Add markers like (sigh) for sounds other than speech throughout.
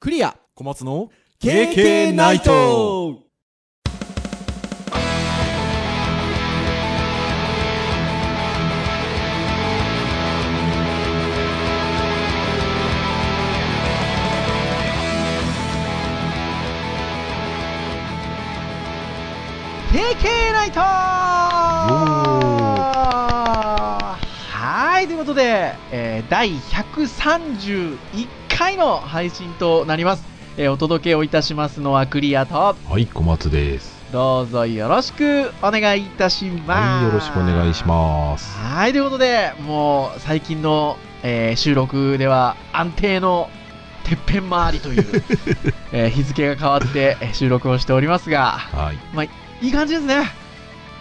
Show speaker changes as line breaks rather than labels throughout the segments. クリア
小松の
KK ナイト
「KK ナイト」はいということで、えー第131回の配信となります、えーお届けをいたしますのはクリアと
はい、小松です。
どうぞよろしくお願いいたし
は
ま
い、
す
よろしくお願いします。
はいということでもう最近の、えー収録では安定のてっぺん回り
(laughs)
という、えー日付が変わってえー収録をしておりますが
はい、
いい感じですね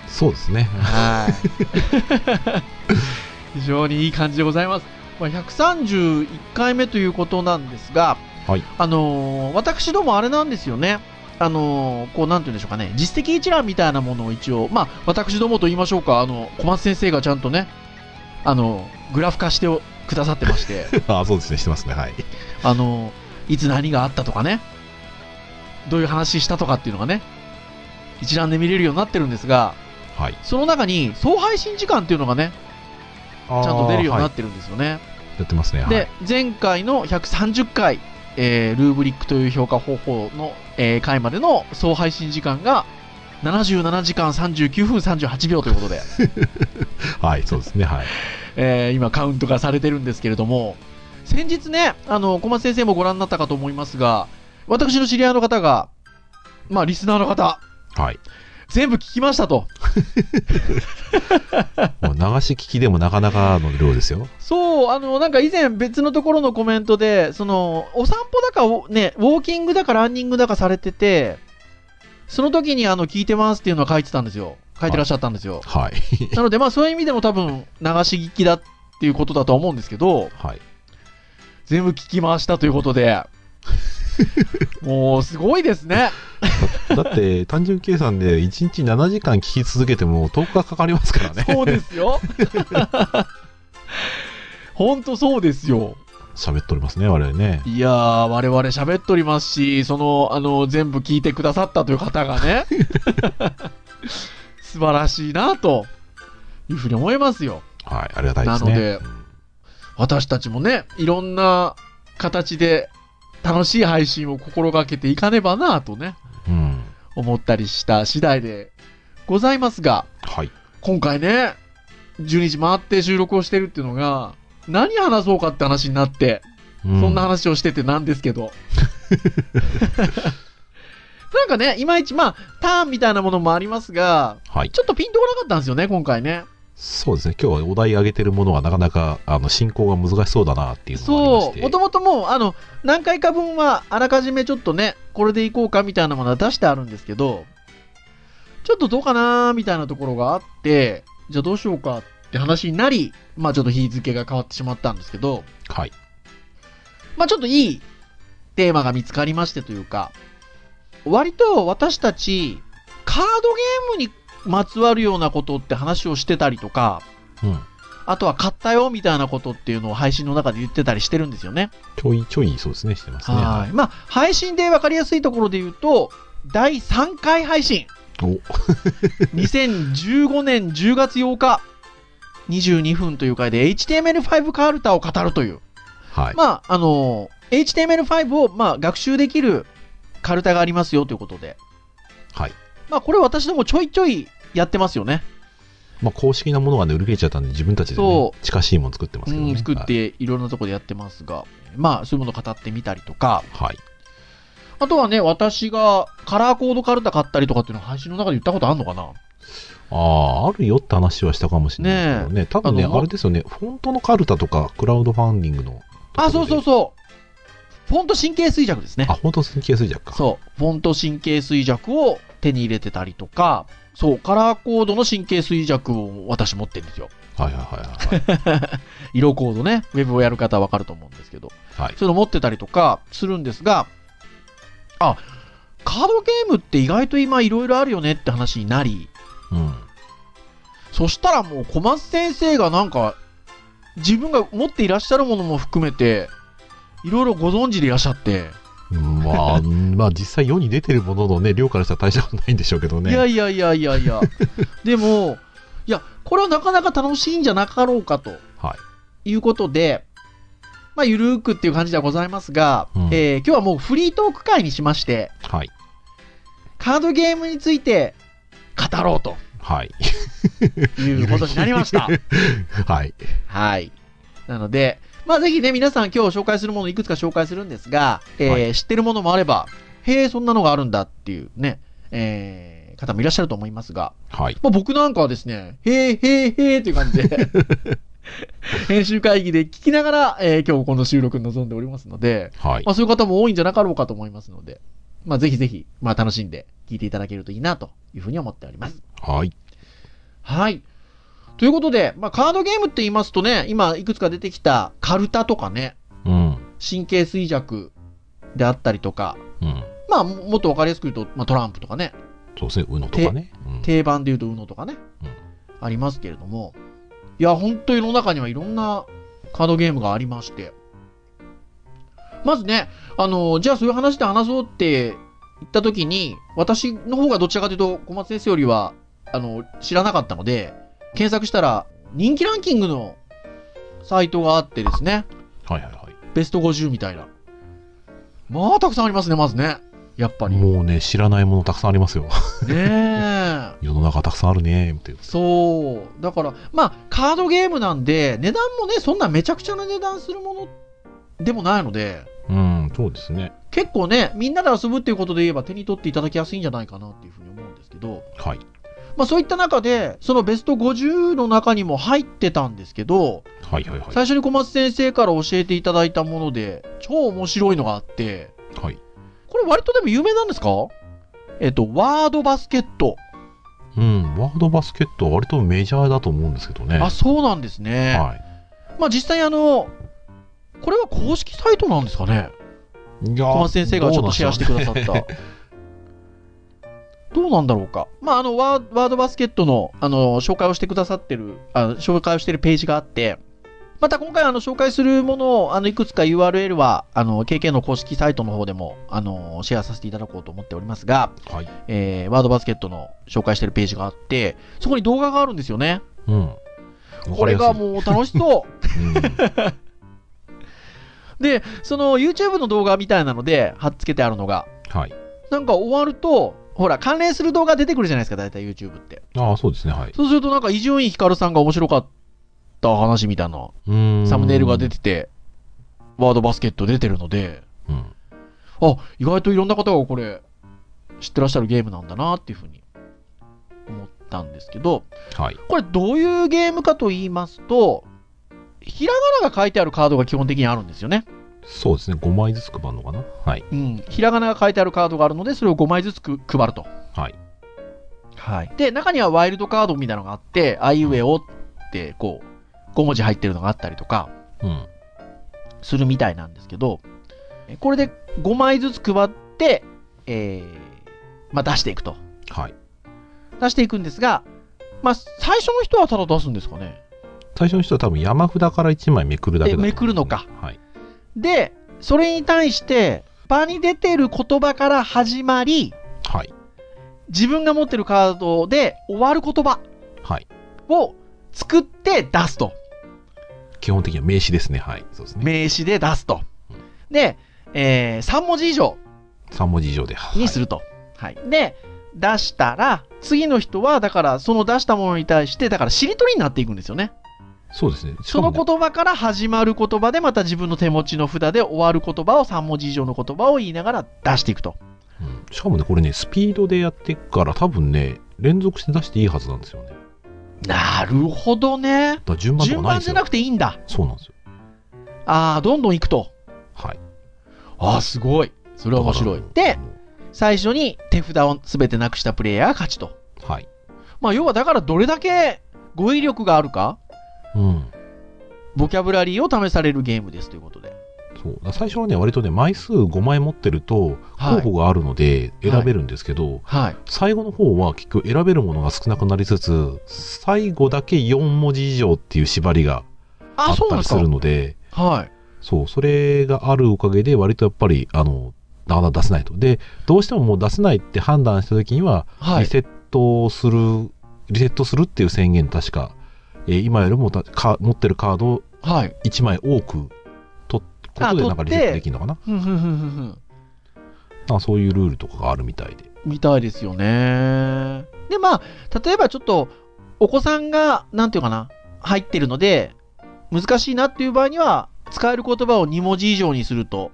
そうですね。
はい。非常にいい感じでございます。まあ、131回目ということなんですが、
はい
あのー私どもあれなんですよね。あのーこう、なんて言うんでしょうかね。実績一覧みたいなものを一応、まあ、私どもと言いましょうか、あの、小松先生がちゃんとね、あの、グラフ化しておくださって
(laughs)
まして、
あ、そうですね、してますね。はい。
あの、いつ何があったとかね、どういう話したとかっていうのがね、一覧で見れるようになってるんですが、
はい。
その中に総配信時間っていうのがね、
ちゃ
ちゃんと出るようにな
は
ってるんですよね。
い、やってますね。はい
で、前回の130回、えールーブリックという評価方法の、えー回までの総配信時間が77時間39分38秒ということで、
はい、そうですね。はい。
えー今カウントがされてるんですけれども、先日ね、あの、小松先生もご覧になったかと思いますが、私の知り合いの方が、まあ、リスナーの方、
はい。
全部聞きましたと。
もう流し聞きでもなかなかの量ですよ。
そう、あの、なんか以前別のところのコメントで、その、お散歩だかお、ね、ウォーキングだかランニングだかされてて、その時にあの、聞いてますっていうのは書いてたんですよ。書いてらっしゃったんですよ。
はい。
なので、まあそういう意味でも多分、流し聞きだっていうことだとは思うんですけど、
はい。
全部聞きましたということ
(laughs)
で、もうすごいですね。
だ (laughs) って、単純計算で1日7時間聞き続けても10日かかりますからね。
そうですよ。
(laughs)
ほんとそうですよ。
(laughs) 喋っとりますね、我々ね。
いやー、我々喋っとりますし、その、あの、全部聞いてくださったという方がね、素晴らしいなと、いうふうに思いますよ。
はい、ありがたいですね。
なので
うん
私たちもね、いろんな形で楽しい配信を心がけていかねばなとね、
うん。
思ったりした次第でございますが、
はい。
今回ね、12時回って収録をしてるっていうのが、何話そうかって話になって、
そ
そんな話をしててなんですけど。 (laughs) なんかね、いまいち、まあ、ターンみたいなものもありますが、
はい。
ちょっとピンとこなかったんですよね、今回ね。
そうですね。今日はお題上げてるものはなかなか、あの、進行が難しそうだなっていうのがありまし
そう、
て。
もともともう、あの、何回か分は、あらかじめちょっとね、これでいこうかみたいなものは出してあるんですけど、ちょっとどうかなーみたいなところがあって、じゃあどうしようかって話になり、まあちょっと日付が変わってしまったんですけど、
はい。
まあちょっといいテーマが見つかりましてというか、割と私たち、カードゲームにまつわるようなことって話をしてたりとか、
うん。
あとは買ったよみたいなことっていうのを配信の中で言ってたりしてるんですよね。
ちょいちょいそうですね、してますね。
はいまあ、配信でわかりやすいところで言うと、第3回配 (laughs) 信、
お
2015年10月8日、22分という回で HTML5 カルタを語るという。
はい。
まあ、あの HTML5 を、まあ、学習できるカルタがありますよということで。
はい。
まあ、これ私どもちょいちょいやってますよね。
まあ、公式なものがね、売り切れちゃったんで、自分たちで、ね
そ、
近しいもの作ってますけど
う
ね。
ん、作っ
はい。
ていろんなとこでやってますが、まあ、そういうもの語ってみたりとか、
はい。
あとはね、私がカラーコードカルタ買ったりとかっていうのを配信の中で言ったことあるのかな
ああ、あるよって話はしたかもしれないですけどね。多分ね、
あ
あ
の
れですよね、フォントのカルタとか、クラウドファンディングの。
あ、そうそう
う。
そう。フォント神経衰弱ですね
あ、。本当神経衰弱か。
そう。フォント神経衰弱を手に入れてたりとか、そう、カラーコードの神経衰弱を私持ってるんですよ。
はいはいはいはい。
色コードね、ウェブをやる方はわかると思うんですけど、
はい。
そういうの持ってたりとかするんですが、あ、カードゲームって意外と今いろいろあるよねって話になり、
うん。
そしたらもう小松先生がなんか、自分が持っていらっしゃるものも含めて、いろいろご存知でいらっしゃって、
まあ、まあ実際世に出てるもののね、量からしたら大したことないんでしょうけどね。
いやいやいやいや
(laughs)
いやでもいやこれはなかなか楽しいんじゃなかろうかと
はい
ことで、まあ、ゆるーくっていう感じではございますが、
うん
えー今日はもうフリートーク会にしまして
はい。
カードゲームについて語ろうと
はい。
いうことになり
(laughs)
ました
はい。
はいなのでまあぜひね皆さん今日紹介するものいくつか紹介するんですが、えー
は
知ってるものもあればへえそんなのがあるんだっていうね、えー方もいらっしゃると思いますが
はい。
まあ、僕なんかはですね、へーへーへーっていう感じで、
(laughs)
編集会議で聞きながら、えー今日この収録に臨んでおりますので、
はい
ま。あ、そういう方も多いんじゃなかろうかと思いますので、まあ、ぜひぜひ、まあ、楽しんで聞いていただけるといいなというふうに思っております。
はい。
はい。ということで、まあ、カードゲームって言いますとね、今いくつか出てきたカルタとかね、
うん。
神経衰弱であったりとか、
うん。
まあ、ももっとわかりやすく言うと、まあ、トランプとかね、
そうですね、UNO とかね。うん
定番で言うと UNO とかね、
うん
ありますけれどもいや本当世の中にはいろんなカードゲームがありましてまずねあのじゃあそういう話で話そうって言った時に私の方がどちらかというと小松先生よりはあの知らなかったので検索したら人気ランキングのサイトがあってですね
はいはい
ベスト50みたいなまあたくさんありますねまずねやっぱ
はい。
りね
もうね、知らないものたくさんありますよ。 (laughs)
え
世の中たくさんあるねーっていう。
そう。だから、まあ、カードゲームなんで、値段もね、そんなめちゃくちゃな値段するものでもないので、
うん、そうですね。
結構ね、みんなで遊ぶっていうことで言えば手に取っていただきやすいんじゃないかなっていうふうに思うんですけど、
はい。
まあそういった中で、そのベスト50の中にも入ってたんですけど、
はいはいはい。
最初に小松先生から教えていただいたもので、超面白いのがあって、
はい。
これ割とでも有名なんですかえっと、ワードバスケット。
うん、ワールドバスケットは割とメジャーだと思うんですけどね。
あ、そうなんですね。
はい。
まあ実際あの、これは公式サイトなんですかね
いやー
小松先生がちょっとシェアしてくださった。 (laughs) どうなんだろうか。まあ、あの、ワーワードバスケットの、あの、紹介をしてくださってる、あの紹介をしてるページがあって、また今回、あの、紹介するものを、あの、いくつか URL は、あの、KK の公式サイトの方でも、あの、シェアさせていただこうと思っておりますが、
はい。
えー、ワードバスケットの紹介してるページがあって、そこに動画があるんですよね。
うん。わ
こ
かり
れ
や
が
すい。
もう楽しそう。
うん
で、その YouTube の動画みたいなので、貼っつけてあるのが、
はい。
なんか終わると、ほら、関連する動画出てくるじゃないですか、大体 YouTube って。
ああ、そうですね、はい。
そうすると、なんか伊集院光さんが面白かった話みたいな、
うーん
サムネイルが出てて、ワードバスケット出てるので、
うん。
あ、意外といろんな方がこれ、知ってらっしゃるゲームなんだなっていうふうに思ったんですけど、
はい。
これどういうゲームかと言いますと、ひらがなが書いてあるカードが基本的にあるんですよね。
そうですね、5枚ずつ配るのかな。はい。
うん、ひらがなが書いてあるカードがあるので、それを5枚ずつく配ると。
はい。
はい。で、中にはワイルドカードみたいなのがあって、あいうえおって、こう、5文字入ってるのがあったりとか、
うん。
するみたいなんですけど、えこれで5枚ずつ配って、えー、まあ出していくと。
はい。
出していくんですが、まあ最初の人はただ出すんですかね。
最初の人は多分山札から1枚めくるだけだと思うんですね
えめくるのか。
はい。
で、それに対して、場に出てる言葉から始まり、
はい。
自分が持ってるカードで終わる言葉
はい。
を作って出すと。
基本的には名詞ですね。はい。そうですね。
名詞で出すと。で、え3文字以上
3文字以上で。はい
にすると。はい。で、出したら、次の人は、だから、その出したものに対して、だから、しりとりになっていくんですよね。
そうですね。し
そ
かも
の
ね
言葉から始まる言葉で、また自分の手持ちの札で終わる言葉を3文字以上の言葉を言いながら出していくと。
うんしかもね、これね、スピードでやっていくから、多分ね、連続して出していいはずなんですよね。だか
なるほどね。
ら順番とかな
順
いん
番
です
じゃ
よ。
なくていいんだ。
そうなんですよ。
ああ、どんどん行くと。
はい。
ああ、すごい。それは面白い
だ。から
で、、最初に手札を全てなくしたプレイヤーが勝ちと。
はい。
まあ、要はだからどれだけ語彙力があるか、
うん。
ボキャブラリーを試されるゲームですということで。
そう。だから最初はね、割とね、枚数5枚持ってると、
は
候
い。
補があるので選べるんですけど、
はい。
最後の方は結局選べるものが少なくなりつつ、最後だけ4文字以上っていう縛りがあ
あ、
っ
そう
た
な
り
んです
す
か
るので、
はい。
そう、それがあるおかげで、割とやっぱり、あの、なかなか出せないと。で、どうしてももう出せないって判断した時には、
は
リ
い。
セットする、リセットするっていう宣言、確か、えー今よりもたか持ってるカードを
はい。
1枚多く取っことでな
あ
んかリ
取って
セットできるのかな
ふんふんふんふんふん。
なんかそういうルールとかがあるみたいで。
みたいですよね。で、まあ、例えばちょっと、お子さんが、なんていうかな、入ってるので、難しいなっていう場合には、使える言葉を2文字以上にすると、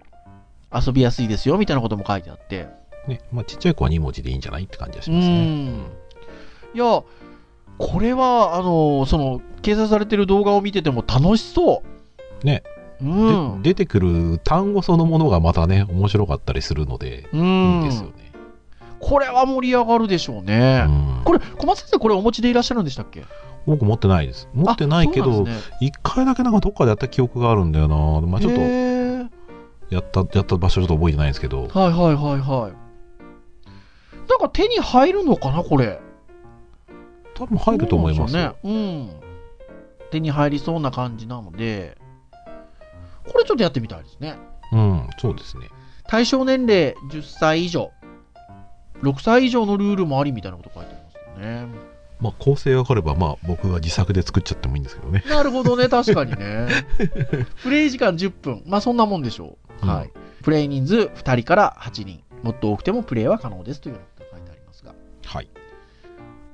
遊びやすいですよ、みたいなことも書いてあって。
ねまあ、ちっちゃい子は2文字でいいんじゃないって感じがし
う
ますね。
ん。いや、これは、あの、その、掲載されてる動画を見てても楽しそう。
ね。
うん。
で出てくる単語そのものがまたね面白かったりするので
う
いい
ん。
ですよね。
これは盛り上がるでしょう
う
ね。
ん、
これ、小松先生、これお持ちでいらっしゃるんでしたっけ
僕持ってないです。持ってないけ
あそう
ど、
なんですね
一回だけなんかどっかでやった記憶があるんだよな。まあ、ちょっと
へー
やったやった場所ちょっと覚えてないんですけど、
はいはいはいはい。なんか手に入るのかな、これ。
多分入ると思います。
そうなんですよね。うん。手に入りそうな感じなので、これちょっとやってみたいですね。
うん、そうですね。
対象年齢10歳以上、6歳以上のルールもありみたいなこと書いてありますよね。
まあ構成が分かればまあ僕が自作で作っちゃってもいいんですけどね。
なるほどね、確かにね。プレイ時間10分。まあそんなもんでしょ
う
う。
ん
はい。プレイ人数2人から8人。もっと多くてもプレイは可能ですというようなことが書いてありますが、
はい。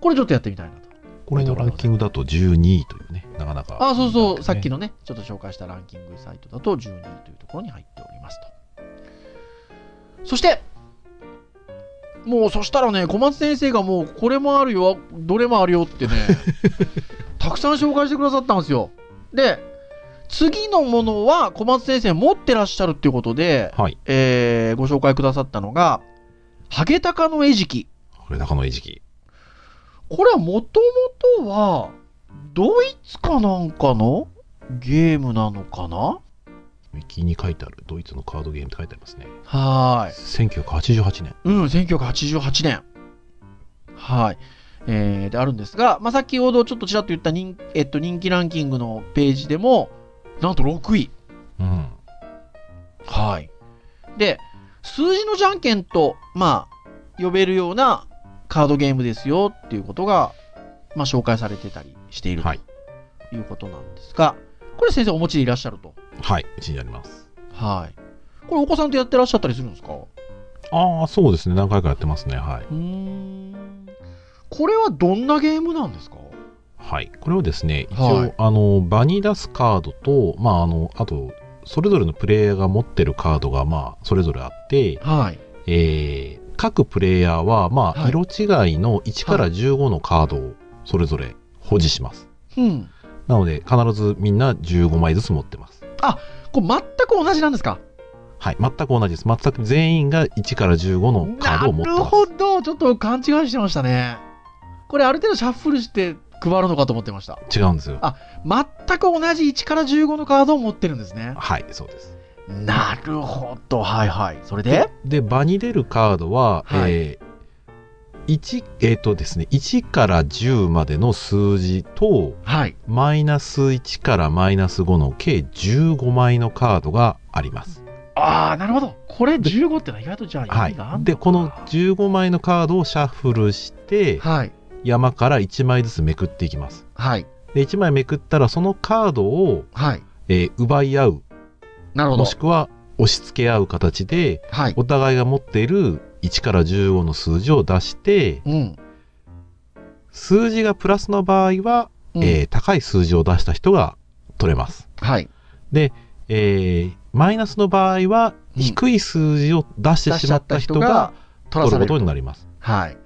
これちょっとやってみたいなと。
これのランキングだと12位というね、なかなか、
あ、そうそう、さっき
の。
のね、ちょっと紹介したランキングサイトだと12位というところに入っておりますと。そして、もうそしたらね、小松先生がもうこれもあるよ、どれもあるよってね、たくさん紹介してくださったんですよ。で、次のものは小松先生持ってらっしゃるっていうことで、
はい。
えーご紹介くださったのが、ハゲタカの餌食。
これ中野餌食。
これはもともとは、ドイツかなんかのゲームなのかな
右に書いてあるドイツのカードゲームって書いてありますね。
はーい。
1988年。
うん、1988年。はい。えー、であるんですが、まあ、先ほどちょっとちらっと言った人,、えっと、人気ランキングのページでも、なんと6位。
うん。
はい。で、数字のじゃんけんと、まあ、呼べるようなカードゲームですよっていうことが、まあ、紹介されてたりしている
はい。
ということなんですが、これ先生お持ちでいらっしゃると。
はい。うちにあります。
はい。これお子さんとやってらっしゃったりするんですかう
ああ、そうですね。何回かやってますね。はい。
ーん。これはどんなゲームなんですか
はい、これをですね、一応、
はい
あの場に出すカードと、まあ、あのあと、それぞれのプレイヤーが持ってるカードが、まあ、それぞれあって、
はい。
えー各プレイヤーは、ま
は
あ、
い
色違いの1から15のカードをそれぞれ保持します。
うん。
なので、必ずみんな15枚ずつ持ってます。
これ全く同じなんですか
はい、全く同じです。全く全員が1から15のカードを持って
なる
ま
ほ
す。
ど。ちょっと勘違いしてましたね。これある程度シャッフルして配るのかと思ってました。
違うんですよ
あ。全く同じ1から15のカードを持ってるんですね。
はい、そうです。
なるほど。はいはい。それで
で、場に出るカードは、
はい
えー、1、えっ、とですね、1から10までの数字と、
はい。
マイナス1からマイナス5の計15枚のカードがあります。
ああ、なるほど。これ15ってのは意外とじゃあ
は
意味
い
がある。んだ
で、この15枚のカードをシャッフルして、
はい。
山から1枚ずつめくっていきます。
はい。
で、1枚めくったら、そのカードを、
はい。
えー奪い合う、
なるほど
もし。くは押し付け合う形で、
はい。
お互いが持っている1から15の数字を出して、
うん。
数字がプラスの場合は、
うん
えー高い数字を出した人が取れます。
はい。
えーマイナスの場合は、
うん
低い数字を出してしまった人が
取
取
ら
るこ
され
と
る。
になります。
はい。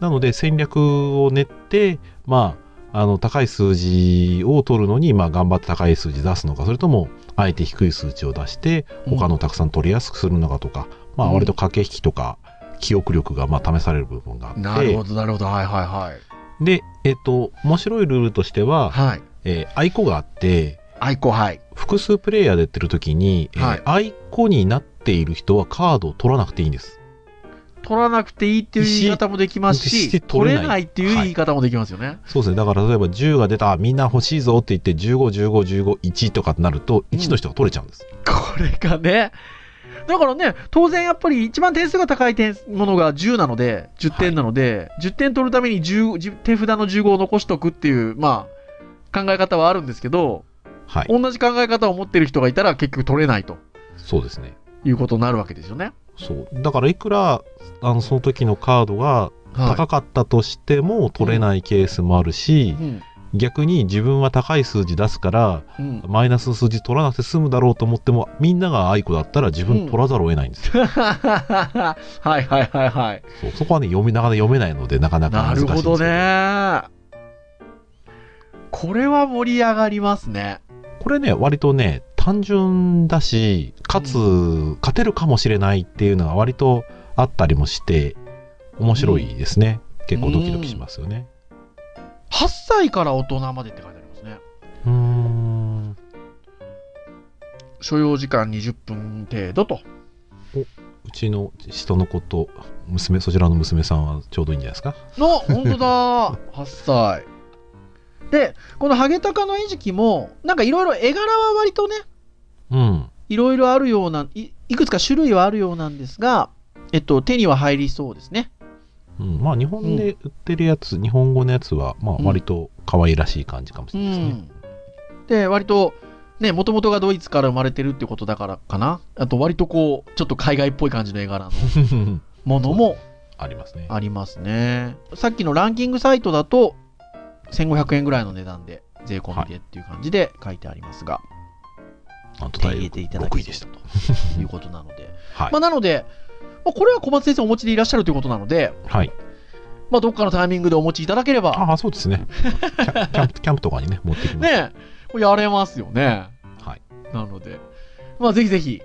なので戦略を練って、まあ、あの高い数字を取るのに、まあ、頑張って高い数字出すのかそれともあえて低い数値を出して
うん
他のたくさん取りやすくするのかとか、まあ、
うん
割と駆け引きとか記憶力がまあ試される部分があって
なるほど、なるほど。はいはいはい。
で、えっと面白いルールとしては、
はい。
えー、アイコがあって
愛好はい。
複数プレイヤーでやってる時に、えー
はい
アイコになっている人はカードを取らなくていいんです。
取らなくていいっていう言い方もできます
石石
し、
取
取
れ
れ
ない
ないっていう言い方もできますよね。
そうですね。だから例えば10が出た、あみんな欲しいぞって言って15、15、15、1とかってなると、1の人が取れちゃうんです。
これがね、だからね、当然やっぱり一番点数が高い点ものが10なので、10点なので、10点取るために10じ手札の15を残しとくっていう、まあ、考え方はあるんですけど、
はい。
同じ考え方を持ってる人がいたら結局取れないと
そうですね。
いうことになるわけですよね。
そう。だからいくら、あの、その時のカードが
は
高かったとしても取れないケースもあるし、
い。うん。
逆に自分は高い数字出すから、
うん。 (laughs)
マイナスの数字取らなくて済むだろうと思っても、みんながあいこだったら自分取らざるを得ないんですよ。
はいはいはいはい。
そうそこはね、読みながら読めないので、なかなか
な
難しいん
る
です
ほ
けど
ど。ね。これは盛り上がりますね。
これね、割とね、単純だし、かつ、勝てるかもしれないっていうのが割とあったりもして、面白いですね。結構ドキドキしますよね。
8歳から大人までって書いてありますね。
うーん。
所要時間20分程度と。
うちの人の子と、娘、そちらの娘さんはちょうどいいんじゃないですか。
の、本
(laughs)
当だ。8歳。で、このハゲタカの餌食も、なんかいろいろ絵柄は割とね、
うん。
いろいろあるような、いいくつか種類はあるようなんですが、えっと、手には入りそうですね。
うん、まあ日本で売ってるやつ、日本語のやつは、まあ
うん
割と可愛らしい感じかもし
う
れないですね。
ん。で、割と、ね、もともとがドイツから生まれてるってことだからかな。あと、割とこう、ちょっと海外っぽい感じの絵柄のものも
(laughs) ありますね。
ありますね。さっきのランキングサイトだと、1500円ぐらいの値段で、税込みでっていう感じで書いてありますが、
あと
手
大
に入れ
変
ていただ
6
き
位でした。
ということなの
(laughs)
で。
はい
まあ、。なので、まあ、これは小松先生お持ちでいらっしゃるということなので、
はい。
まあ、どっかのタイミングでお持ちいただければ、
ああ、そうですね。キャキャンプ、キャンプとかにね、持ってきます。
ね、これやれますよね。
はい。
なので、まあ、ぜひぜひ、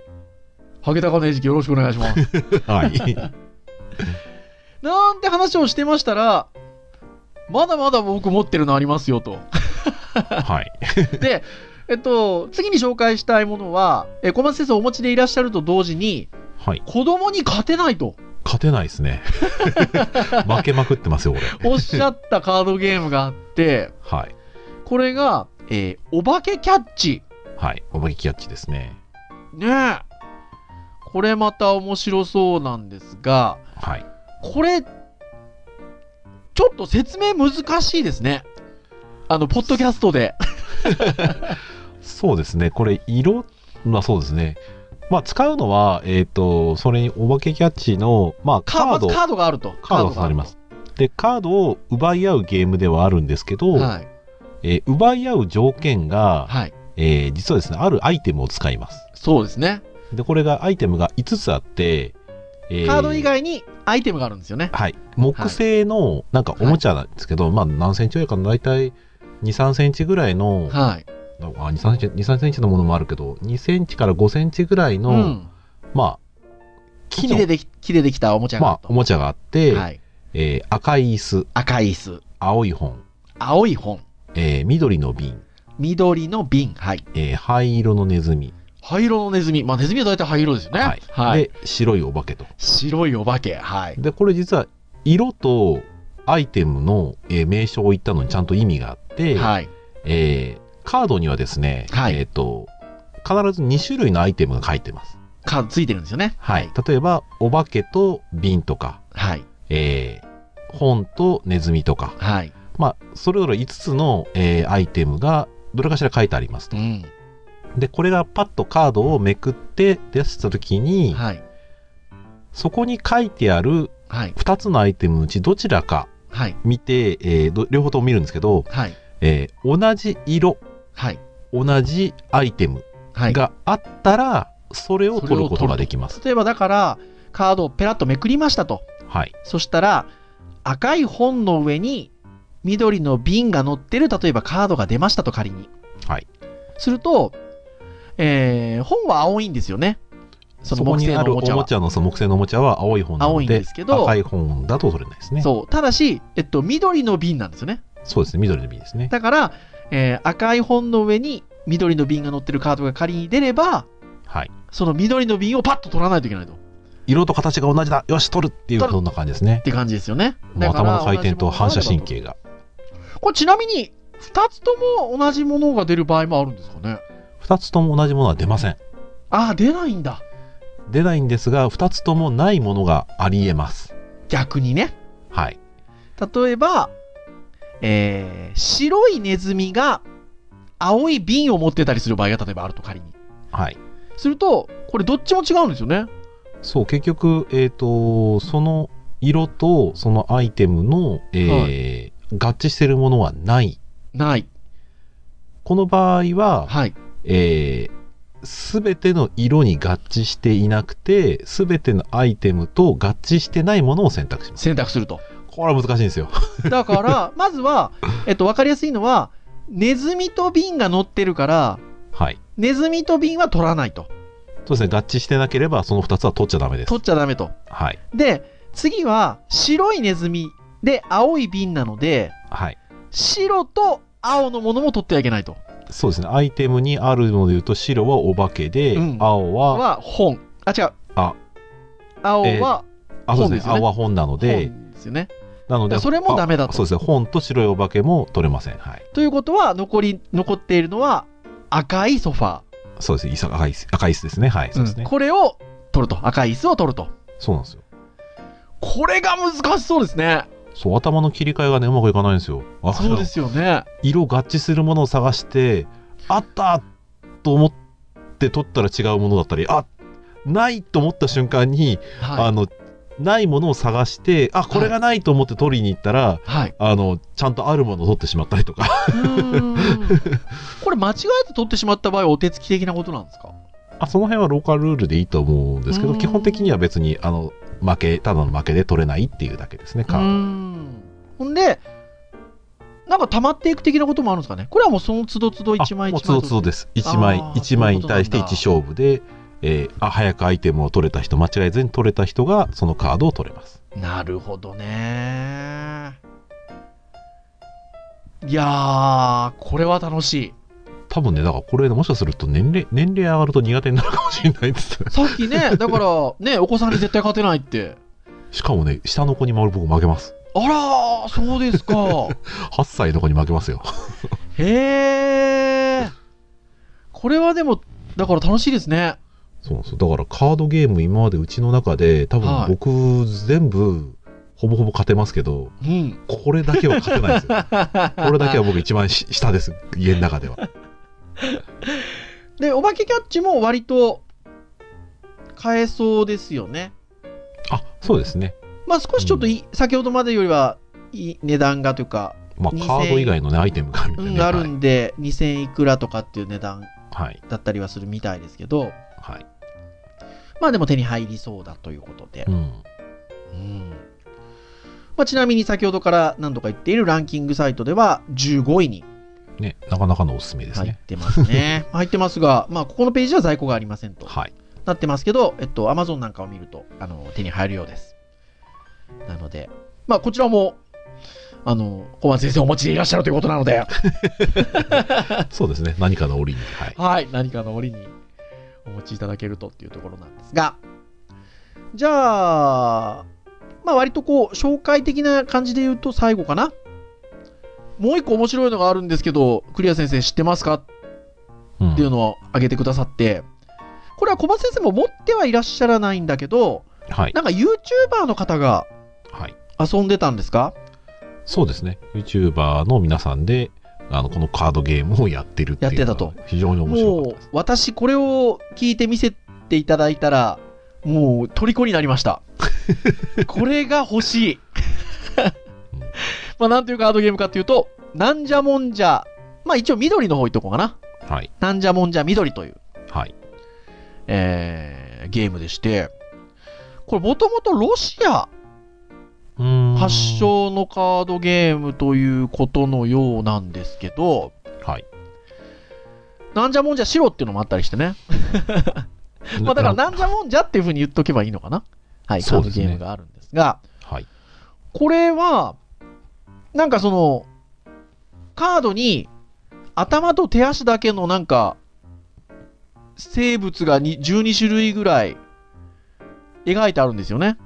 ハゲタカの餌食よろしくお願い
(laughs)
します。
はい。
なんて話をしてましたら、まだまだ僕持ってるのありますよと。
はい。
で、えっと、次に紹介したいものは、え小松先生お持ちでいらっしゃると同時に、
はい。
子供に勝てないと
勝てないですね。 (laughs) 負けまくってますよ、俺。
おっしゃったカードゲームがあって、 (laughs)
はい。
これが、えーお化けキャッチ。
はい。おばけキャッチですね。
ねえ。これまた面白そうなんですが、
はい。
これ、ちょっと説明難しいですね。あの、ポッドキャストで。
そうですね。これ、色、まあそうですね。まあ使うのは、えっ、と、それにおばけキャッチの、まあ
カ
カー
ま
ド、
ずカードがあると。
カードがあります。で、カードを奪い合うゲームではあるんですけど、
はい。
えー奪い合う条件が、
はい。
えー実はですね、あるアイテムを使います。
そうですね。
で、これが、アイテムが5つあって、え
カード以外にアイテムがあるんですよね。
はい、木製のなんかおもちゃなんですけど、まあ何センチぐらいかな大体23センチぐらいの、
はい。
あ23センチ23センチのものもあるけど2センチから5センチぐらいの、
うん。
まあ木
木
の
ででき木でできたおもちゃがあ
ま
る
あ、
と。
おもちゃがあって、
はい。
えー赤い椅子
赤い椅子、
青い本、
青い本、
えー緑の瓶、
緑の瓶。はい。
えー灰色のネズミ、
灰色のネズミ。まあ、ネズミは大体灰色ですよね。
はい
はい。
で白いお化けと。
白いお化け。はい。
でこれ実は色とアイテムの、えー名称を言ったのにちゃんと意味があって、
はい。
えーカードにはですね、
はい
えっ、と、必ず2種類のアイテムが書いてます。
カードついてるんですよね。
はい。。例えば、お化けと瓶とか、
はい。
えー本とネズミとか、
はい。
まあ、それぞれ5つの、えーアイテムが、どれかしら書いてあります
う
と。
ん。
で、これがパッとカードをめくって出したときに、
はい。
そこに書いてある
はい。
2つのアイテムのうちどちらか
はい。
見て、えーど両方とも見るんですけど、
はい。
えー同じ色、
はい。
同じアイテム、
はい。
があったら、それを取ることができます。
例えばだから、カードをペラッとめくりましたと。
はい。
そしたら、赤い本の上に緑の瓶が乗ってる、例えばカードが出ましたと仮に。
はい。
すると、えー本は青いんですよね。そ
そ
の
こ
木
に
製
あ
の
る
お
お
もちゃ
も
は。
ちゃのその木製のおもちゃは青い本な
青い
の
んで
です
けど
赤い本だと取れないですね。そう
そう。ただし、えっと、緑の瓶なんですよね。
ですね。緑の瓶ですね。
だから、えー赤い本の上に緑の瓶が乗ってるカードが仮に出れば、
はい。
その緑の瓶をパッと取らないといけないと。っ
色と形が同じだよし取るっていう
取る
そんな感じですね。
て感じですよね。
もう
だから
頭の回転と反射神。経が。
これちなみに、2つとも同じものが出る場合もあるんですかね。
二つとも同じものは出ません。
ああ、出ないんだ。
出ないんですが2つともないものがありえます
逆にね。
はい
例えば、えー白いネズミが青い瓶を持ってたりする場合が例えばあると仮に。
はい
すると、これどっちも違うんですよね。
そう結局えっ、とその色とそのアイテムの、えー合致してるものはない
ない。
この場合は、
はい。
えー、全ての色に合致していなくて全てのアイテムと合致してないものを選択します
選択すると。
これは難しいん
(laughs)
ですよ
だから、まずは、えっと、わかりやすいのは、ネズミと瓶が乗ってるから、
はい
ネズミと瓶は取らないと。
そうですね合致してなければその2つは取っちゃダメです
取っちゃダメと。
はい
で、次は、白いネズミで青い瓶なので、
はい
白と青のものも取ってはいけないと。
そうですねアイテムにあるので言うと白はお化けで、
うん
青は
は本。あ、違う。
あ
青
え
は
あそうですね
本ですよね
青は本なので
本ですよね。
なので
それもダメだと
あそうですね本と白いお化けも取れませんはい
ということは、残り、残っているのは赤いソファ
そうですねいさ赤い赤い椅子ですねはいそうです
ー。
ね、
これを取ると。赤い椅子を取ると。
そうなんですよ
これが難しそうですね。
そう頭の切り替えがねうまくいかないんですよあ
そうですよね。
色合致するものを探してあったと思って取ったら違うものだったりあないと思った瞬間に、あ
は
のないものを探してあこれがないと思って取りに行ったら、
い。
(laughs)
はい。
あのちゃんとあるものを取ってしまったりとか
うーんこれ間違えて取ってしまった場合はお手つき的なことなんですか
あその辺はローカルルールでいいと思うんですけ
う
ど
ん
基本的には別にあの負けただの負けで取れないっていうだけですね
うー
カード
ん。ほんで、なんか溜まっていく的なこともあるんですかねこれはもうその都度都度一枚
あもう
一枚
つどつど
取って
です1枚
あー
一枚に対して
そういうことなんだ
1勝負で、えーあ早くアイテムを取れた人間違えずに取れた人がそのカードを取れます
なるほどね。いやー、これは楽しい。
多分ねだからこれもしかすると年齢年齢上がると苦手になるかもしれないですね
さっきね、だから、ね、お子さんに絶対勝てないって。
(laughs) しかもね下の子にも僕負けます
あらー、そうです
(laughs)
か。
8歳の子に負けますよ (laughs)
へー。これはでも、だから楽しいですね。
そうそうだからカードゲーム今までうちの中で多
は
分
い
僕全部ほぼほぼ勝てますけど
うん。
これだけは勝てないです
(laughs)
よ (laughs) これだけは僕一番し下です家の中で
(laughs)
は
で、お化けキャッチも割と、変えそうですよね。
あそうですね
まあ少しちょっとい、先ほどまでよりはいい値段がというか、
まあ
2000
カード以外のねアイテムがみた
う
いな、
ん、あるんで、2000いくらとかっていう値段
はい
だったりはするみたいですけど、
はい、
まあでも手に入りそうだということで
う。ん、
うんまあ、ちなみに先ほどから何度か言っているランキングサイトでは15位に
ねなかなかのおすすめです
入っ
ね
てますね。入ってますが、まあ、ここのページは在庫がありませんと
はい、
なってますけど、えっと、Amazon なんかを見るとあの手に入るようです。なので、まあ、こちらも、あの、小松先生お持ちでいらっしゃるということなので、
そうですね何かの折にはい
はい、何かの折にお持ちいただけるとっていうところなんですが、じゃあ、まあ割とこう、紹介的な感じで言うと最後かな。もう一個面白いのがあるんですけど、クリア先生知ってますかっ
うん
ていうのを挙げてくださって、これは小松先生も持ってはいらっしゃらないんだけど、
はい
なんか YouTuber の方が
はい
遊んでたんですか
そうですね。YouTuber の皆さんで、あの、このカードゲームをやってるっていう。
やってたと。
非常に面白かっ
もう私これを聞いて見せていただいたらもう虜になりました
(laughs)
これが欲しい
うん
(laughs) まあなんというカードゲームかというとなんじゃもんじゃまあ一応緑の方いっとこうかな
たです。はい。
なんじゃもんじゃ緑という、
はい。
えーゲームでしてこれもともとロシア
うーん
発。祥のカードゲームということのようなんですけど
はい。
なんじゃもんじゃ白っていうのもあったりしてねまあだからなんじゃもんじゃっていうふうに言っとけばいいのかな。はい、カ
そ
ー
う
ド
です
ゲ
ね
ームがあるんですが、
はい。
これは、なんかその、カードに頭と手足だけのなんか、生物がに12種類ぐらい描いてあるんですよね。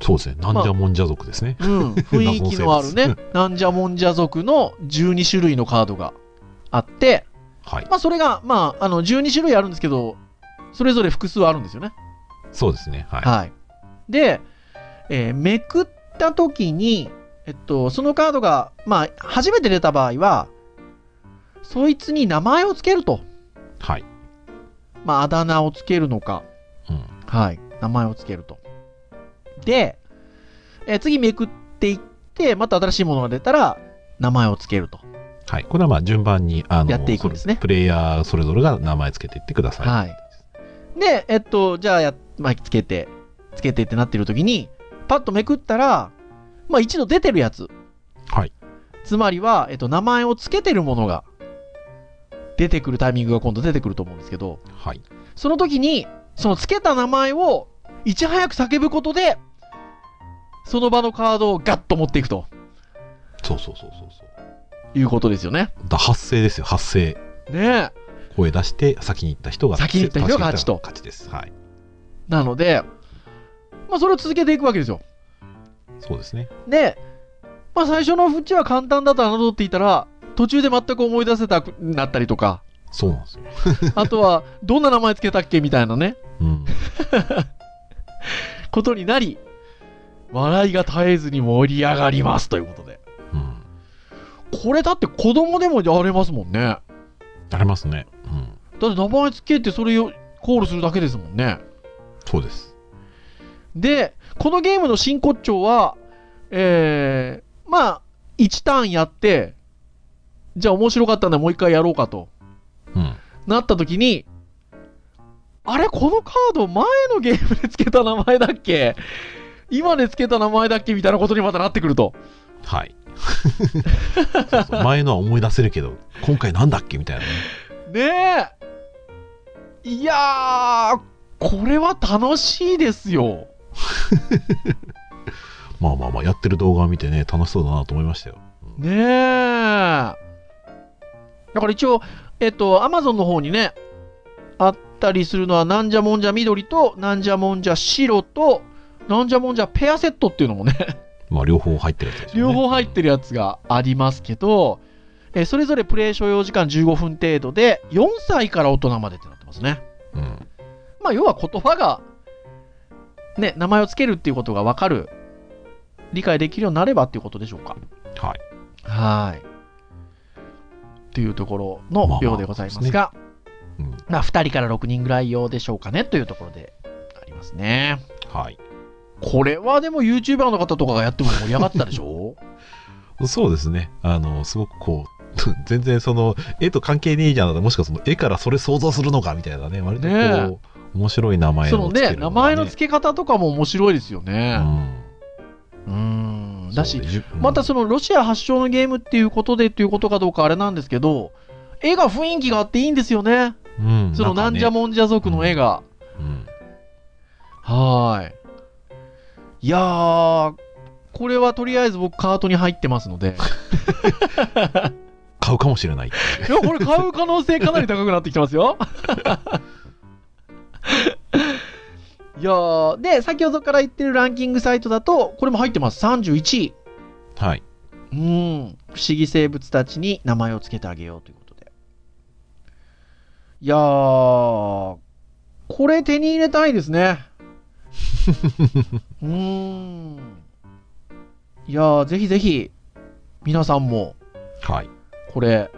そうですね。なんじゃもんじゃ族ですね。 (laughs)
うん、雰囲気のある
謎の生
ね、 (laughs) なんじゃもんじゃ族の12種類のカードがあって、
はい。
まあそれが、まあ、あの12種類あるんですけど、それぞれ複数あるんですよね。
そうですね。はい。
はい。で、えーめくった時に、えっと、そのカードが、まあ、初めて出た場合は、そいつに名前をつけると。
はい。
まあ、あだ名をつけるのか、
うん。
はい、名前をつけると。で、えー次めくっていって、また新しいものが出たら、名前をつけると。
はい。これはまあ順番に、あの、
やっていくんですね
それプレイヤーそれぞれが名前つけていってください。
はい。で、えっと、じゃあや、まあ、つけて、つけてってなってる時に、パッとめくったら、まあ、一度出てるやつ。
はい。
つまりは、えっと、名前をつけてるものが、出てくるタイミングが今度出てくると思うんですけど、
はい。
その時に、そのつけた名前を、いち早く叫ぶことで、その場のカードをガッと持っていくと
そうそうそうそうそう。
いうことですよね。
だ発声ですよ、発声。
ねえ。
声出して、先に行った人が
先に行った人が勝ちと
勝ちです。はい。
なので、まあ、それを続けていくわけですよ。
そうですね。
で、まあ、最初のうちは簡単だったなどっていたら、途中で全く思い出せたくなったりとか、
そうなんですよ。
あとは、 (laughs) どんな名前つけたっけみたいなね、
うん。
ことになり、笑いが絶えずに盛り上がりますということで。
うん。
これだって子供でもやれますもんね。
あ
だ
りますね。うん。
って名前つけてそれをコールするだけですもんね。
そうです。
で、このゲームの真骨頂は、えー、まあ、1ターンやって、じゃあ面白かったんでもう一回やろうかと。
うん。
なった時に、あれ、このカード前のゲームで付けた名前だっけ今で付けた名前だっけみたいなことにまたなってくると。
はい。そうそう前のは思い出せるけど、今回なんだっけみたいなね。
ねえ。いやー、これは楽しいですよ。
まあまあまあ、やってる動画を見てね、楽しそうだなと思いましたよ。うん
ねえ。だから一応、えっと、アマゾンの方にね、あったりするのは、なんじゃもんじゃ緑と、なんじゃもんじゃ白と、なんじゃもんじゃペアセットっていうのもね、
まあ、両方入ってるやつですよ
両
ね。
方入ってるやつがありますけど、えーそれぞれプレイ所要時間15分程度で、4歳から大人までってなってますね。
うん。うん。
まあ、要は言葉が、ね、名前をつけるっていうことが分かる、理解できるようになればっていうことでしょうか。
はい。
はい。っていうところのようでございますが、
うん。
まあ、2人から6人ぐらい用でしょうかねというところでありますね。
はい。
これはでも YouTuber の方とかがやっても盛り上がってたでしょ
そうですね。あの、すごくこう、 (laughs) 全然その、絵と関係ねえじゃんもしくはその、絵からそれ想像するのかみたいなね、割とこう、
ね
面白い名前
そ
の
の
つける
ね、
の
名
が
前
ね
の付け方とかも面白いですよね。うー
うんん。
だし、
そうね
またそのロシア発祥のゲームっていうことでっていうことかどうかあれなんですけど、絵が雰囲気があっていいんですよね。
うん、
そのなんじゃもんじゃ族の絵が。
うん、うん
はーい。いやー、これはとりあえず僕カートに入ってますので、
(laughs) 買うかもしれないっていう
いや、これ買う可能性かなり高くなってきてま
(laughs)
すよ。いやー、で、先ほどから言ってるランキングサイトだと、これも入ってます。31位。
はい。
うん、不思議生物たちに名前を付けてあげようということで。いやー、これ手に入れたいですね。うーん。いやー、ぜひぜひ、皆さんも、
はい。
これ、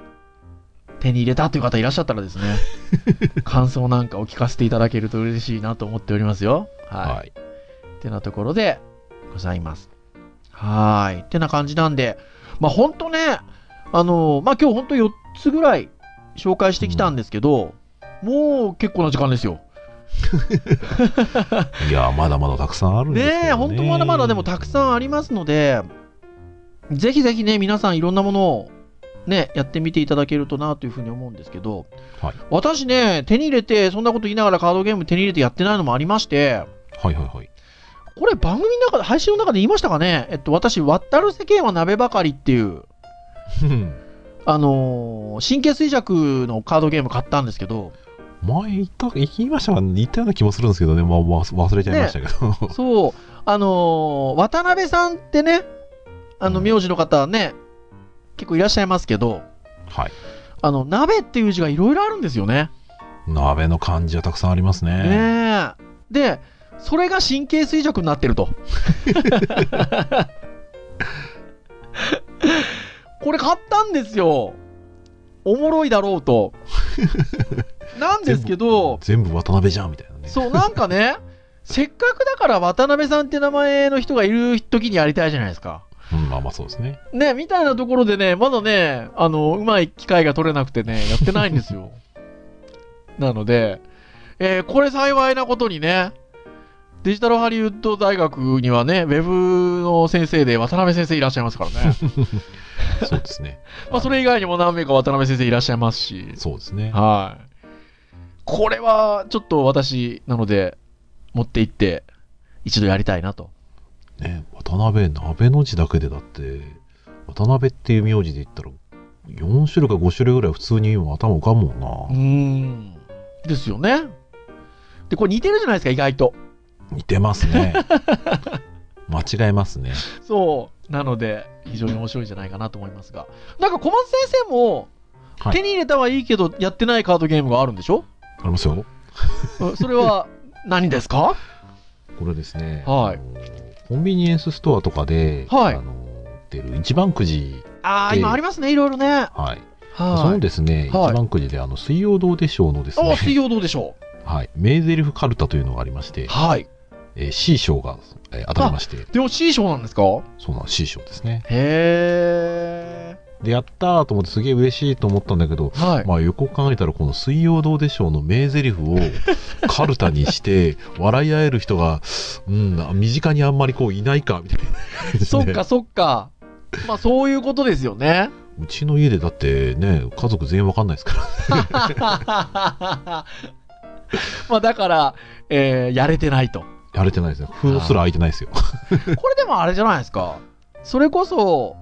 手に入れたという方いらっしゃったらですね、感想なんかを聞かせていただけると嬉しいなと思っておりますよ。はい。
はい。
ってなところでございます。はーい。ってな感じなんで、まあほんとね、あのーまあ今日ほんと4つぐらい紹介してきたんですけど、もう結構な時間ですよ。
いやー、まだまだたくさんあるんですけど
ねえ、ほんとまだまだでもたくさんありますので、ぜひぜひね、皆さんいろんなものをね、やってみていただけるとなというふうに思うんですけど、
はい
私ね、手に入れて、そんなこと言いながらカードゲーム手に入れてやってないのもありまして、
はいはいはい。 (laughs)
これ番組の中で、配信の中で言いましたかねえっと、私、渡る世間は鍋ばかりっていう、
うん
あのー神経衰弱のカードゲーム買ったんですけど、
前言った、言いましたか言ったような気もするんですけどね、まあ、わ忘れちゃいましたけど。
そう、あのー渡辺さんってね、あの、
うん
名字の方ね、結構いらっしゃいますけど、
(laughs) はい。
あの、鍋っていう字がいろいろあるんですよね。
鍋の感じはたくさんありますね。
ねえ。で、それが神経衰弱になって
(laughs)
ると。これ買ったんですよ。おもろいだろ
(laughs)
うと。なんですけど、
全部渡辺じゃんみたいなね。
そう、なんかね、せっかくだから渡辺さんって名前の人がいる時にやりたいじゃないですか。
うん、まあまあそうですね。
ね、みたいなところでね、まだね、あの、うまい機会が取れなくてね、やってないんですよ。 (laughs) なので、えーこれ幸いなことにね、デジタルハリウッド大学にはね、ウェブの先生で渡辺先生いらっしゃいますから (laughs) ね。
そうです
(laughs)
ね。
まあ、それ以外にも何名か渡辺先生いらっしゃいますし、
そうですね。
はい。これは、ちょっと私、なので、持って行って、一度やりたいなと。
ね、渡辺、鍋の字だけでだって、渡辺っていう名字で言ったら、4種類か5種類ぐらい普通に今頭浮かぶもん
うー
な。
ん。ですよね。で、これ似てるじゃないですか、意外と。
似てます
(laughs)
ね。間違えますね。
そう。なので、非常に面白いんじゃないかなと思いますが。なんか小松先生も、
はい
手に入れたはいいけど、やってないカードゲームがあるんでしょ
ありますよ。
うんそれは、何ですか
これですね。
は
あの
い
コンビニエンスストアとかで、
はい
あの出る一番くじ、
ああ、今ありますね、いろいろね。
はい。そ
は
の
い。
ですね、
はい
一番くじであの水曜どうでしょうのです
ああ、水
ね、
曜どうでしょ
はい、名台詞カルタというのがありまし
う
て、
はい。
えー、C 賞が、えー当たりまして、
でも C 賞なんですか
そうなん C 賞ですね。
へえ。
で、やったーと思ってすげえ嬉しいと思ったんだけど、
はい。
まあよく考えたらこの水曜どうでしょうの名台詞をカルタにして笑い合える人が、うん、あ身近にあんまりこういないかみたいな。
そっか。そっか。まあそういうことですよ (laughs) ね。
うちの家でだってね、家族全員わかんないですから。 (laughs)
まあだから、えーやれてないと。
やれてないですね。封すら開いてないです
(laughs)
よ。
これでもあれじゃないですか。それこそ、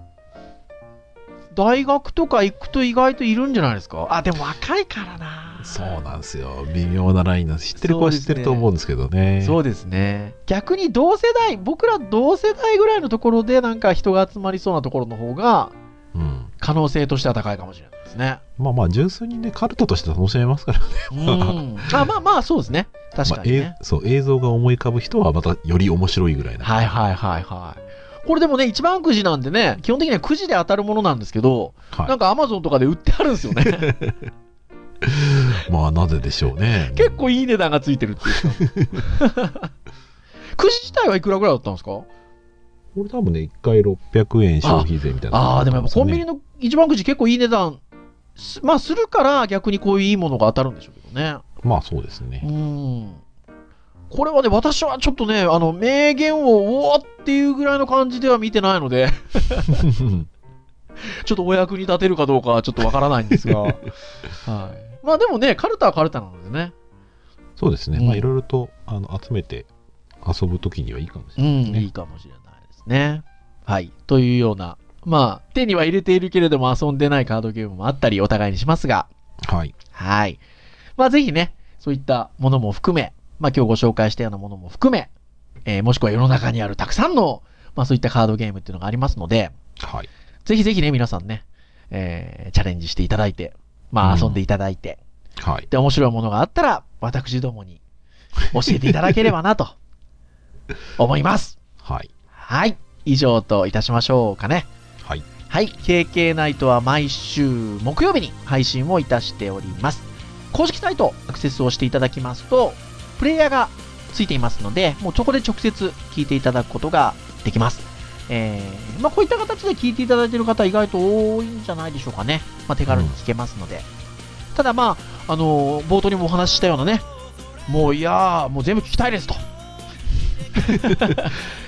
大学とか行くと意外といるんじゃないですか。あ、でも若いからな。
そうなんですよ。微妙なラインなんです。知ってる子は知ってると思うんですけどね。
そうですね。逆に同世代、僕ら同世代ぐらいのところでなんか人が集まりそうなところの方が
うん。
可能性としては高いかもしれないですね。
まあまあ、純粋にね、カルタとして楽しめますからね。
(laughs) うん。あまあまあ、そうですね。確かに
まあ
ね。
えそう、映像が思い浮かぶ人はまたより面白いぐらいな。
はいはいはいはい。これでもね、一番くじなんでね、基本的にはくじで当たるものなんですけど、
はい
なんかアマゾンとかで売ってあるんですよね。
まあ、なぜでしょうね。
結構いい値段がついてるっていうか (laughs) くじ自体はいくらぐらいだったんですか
これ多分ね、1回600円消費税みたいな、
ああ、でもやっぱコンビニ
の。
の一番くじ結構いい値段、すまあするから逆にこういういいものが当たるんでしょうけどね。
まあそうです
う
ね。
ん。これはね、私はちょっとね、あの、名言を、うおーっていうぐらいの感じでは見てないので、 (laughs) ちょっとお役に立てるかどうかはちょっとわからないんです (laughs) が。はい。まあでもね、カルタはカルタなのでね。
(laughs) そうですね。
うん
まあいろいろとあの集めて遊ぶときにはいいかもし
う
れ
ん
ないです、ね。
いいかもしれないですね。はい。というような、まあ、手には入れているけれども遊んでないカードゲームもあったり、お互いにしますが、
はい。
はい。まあ、ぜひね、そういったものも含め、まあ、今日ご紹介したようなものも含め、えーもしくは世の中にあるたくさんの、まあ、そういったカードゲームっていうのがありますので、
はい。
ぜひぜひね、皆さんね、えーチャレンジしていただいて、まあ、
うん
遊んでいただいて、
はい。
で、面白いものがあったら、私どもに教えていただければな、と思います。
はい。
はい。以上といたしましょうかね。
はい。
はい。KK ナイトは毎週木曜日に配信をいたしております。公式サイトアクセスをしていただきますと、プレイヤーがついていますので、もうそこで直接聞いていただくことができます。えー、まあこういった形で聞いていただいている方意外と多いんじゃないでしょうかね。まあ手軽に聞けますので。ただまあ、あのー冒頭にもお話ししたようなね、もういやー、もう全部聞きたいですと。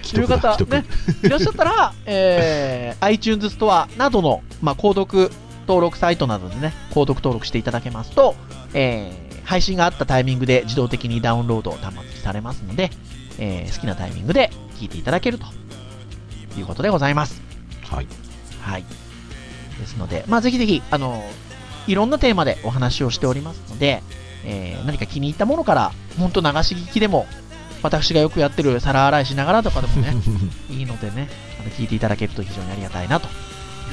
既
いう方
既得
ねいらっしゃったら、えー iTunes ストアなどの、まあ、購読登録サイトなどでね、購読登録していただけますと、えー配信があったタイミングで自動的にダウンロード端末にされますので、えー好きなタイミングで聞いていただけるということでございます。
はい。
はい。ですので、まあ、ぜひぜひ、あの、いろんなテーマでお話をしておりますので、えー何か気に入ったものから、ほんと流し聞きでも、私がよくやってる皿洗いしながらとかでも (laughs) ね、いいのでね、あの聞いていただけると非常にありがたいなとい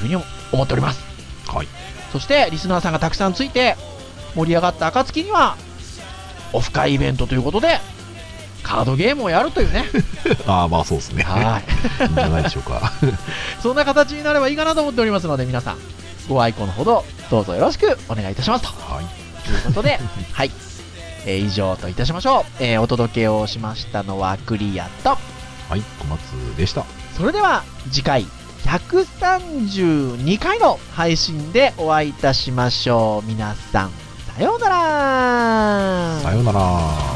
うふうに思っております。
はい。
そして、リスナーさんがたくさんついて、盛り上がった暁には、オフ会イベントということで、カードゲームをやるというね。
ああ、まあそうですね。
はい。
いいんじゃないでしょうか。
(laughs) そんな形になればいいかなと思っておりますので、皆さん、ご愛顧のほど、どうぞよろしくお願いいたします。と
はい。
いうこと (laughs) で、はい。えー以上といたしましょう。えーお届けをしましたのはクリアと、
はい、小松でした。
それでは次回132回の配信でお会いいたしましょう。皆さん、さようなら。
さようなら。